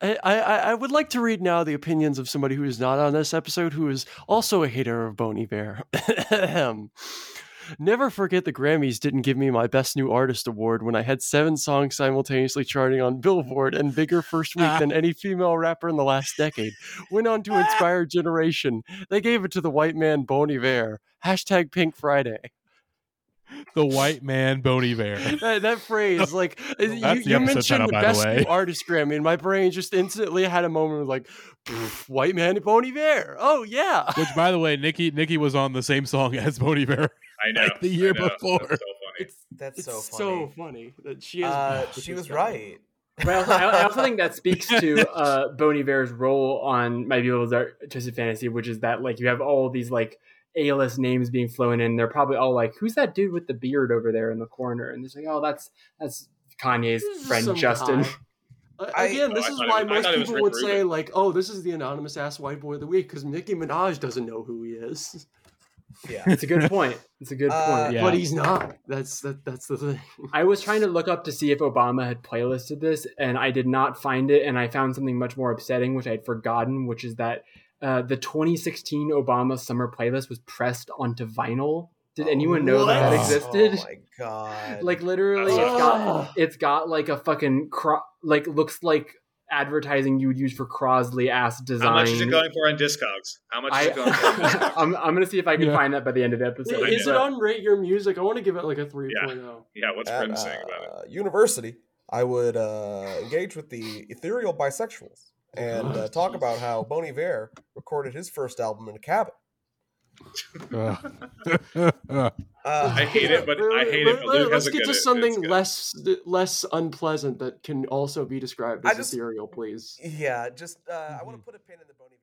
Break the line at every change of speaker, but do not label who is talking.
I, I, I would like to read now the opinions of somebody who is not on this episode, who is also a hater of Bon Iver. Ahem. Never forget the Grammys didn't give me my Best New Artist award when I had seven songs simultaneously charting on Billboard and bigger first week than any female rapper in the last decade. Went on to inspire a generation. They gave it to the white man Bon Iver. Hashtag Pink Friday.
The white man Boney Bear.
That, that phrase, like you,
the
you
episode
mentioned
title,
the
by the
best
way.
new artist Grammy, and my brain just instantly had a moment of like, "Pff, white man at Bon Iver. Oh yeah,
Which, by the way, Nikki Nikki was on the same song as Boney Bear.
I know.
Like the year
I know.
before.
That's so funny.
That's
it's
so
so
funny.
funny that she is.
uh, she was right.
Well, I, I also think that speaks to uh, Bon Iver's role on My Beautiful Dark Twisted Fantasy, which is that like you have all these like A-list names being flown in. They're probably all like, "Who's that dude with the beard over there in the corner?" And they're like, "Oh, that's that's Kanye's
This is
friend
some
Justin."
guy. Uh,
I-
Again,
No,
this
I
is
thought it
why
was- I
most
thought it was
people
Rick
would say
Rubin.
like, "Oh, this is the anonymous ass white boy of the week," because Nicki Minaj doesn't know who he is,
Yeah.
It's a good point. It's a good
Uh,
point.
Yeah.
but he's not. That's that. That's the thing.
I was trying to look up to see if Obama had playlisted this, and I did not find it. And I found something much more upsetting, which I'd forgotten, which is that uh, the 2016 Obama summer playlist was pressed onto vinyl. Did
Oh,
anyone know that that
What?
existed?
Oh my god.
like literally,
That's
it's got it's got like a fucking cro- like looks like advertising you would use for Crosley ass design.
How much is it going for on Discogs? How much is it going for? on Discogs?
I, am I'm gonna see if I can
Yeah.
find that by the end of the episode.
is it
but-
on Rate Your Music? I want to give it like a three oh.
Yeah, what's
at,
Grim saying about it?
uh, university, I would uh, engage with the ethereal bisexuals and uh, talk about how Bon Iver recorded his first album in a cabin. Uh,
I hate it, but I hate it. But
Let's get
Luke hasn't got
to
it. It's
something
good.
less less unpleasant that can also be described
I
as
just-
ethereal, please.
Yeah, just uh, I want
Mhm.
Mm-hmm.
to put a pin in the Bon Iver.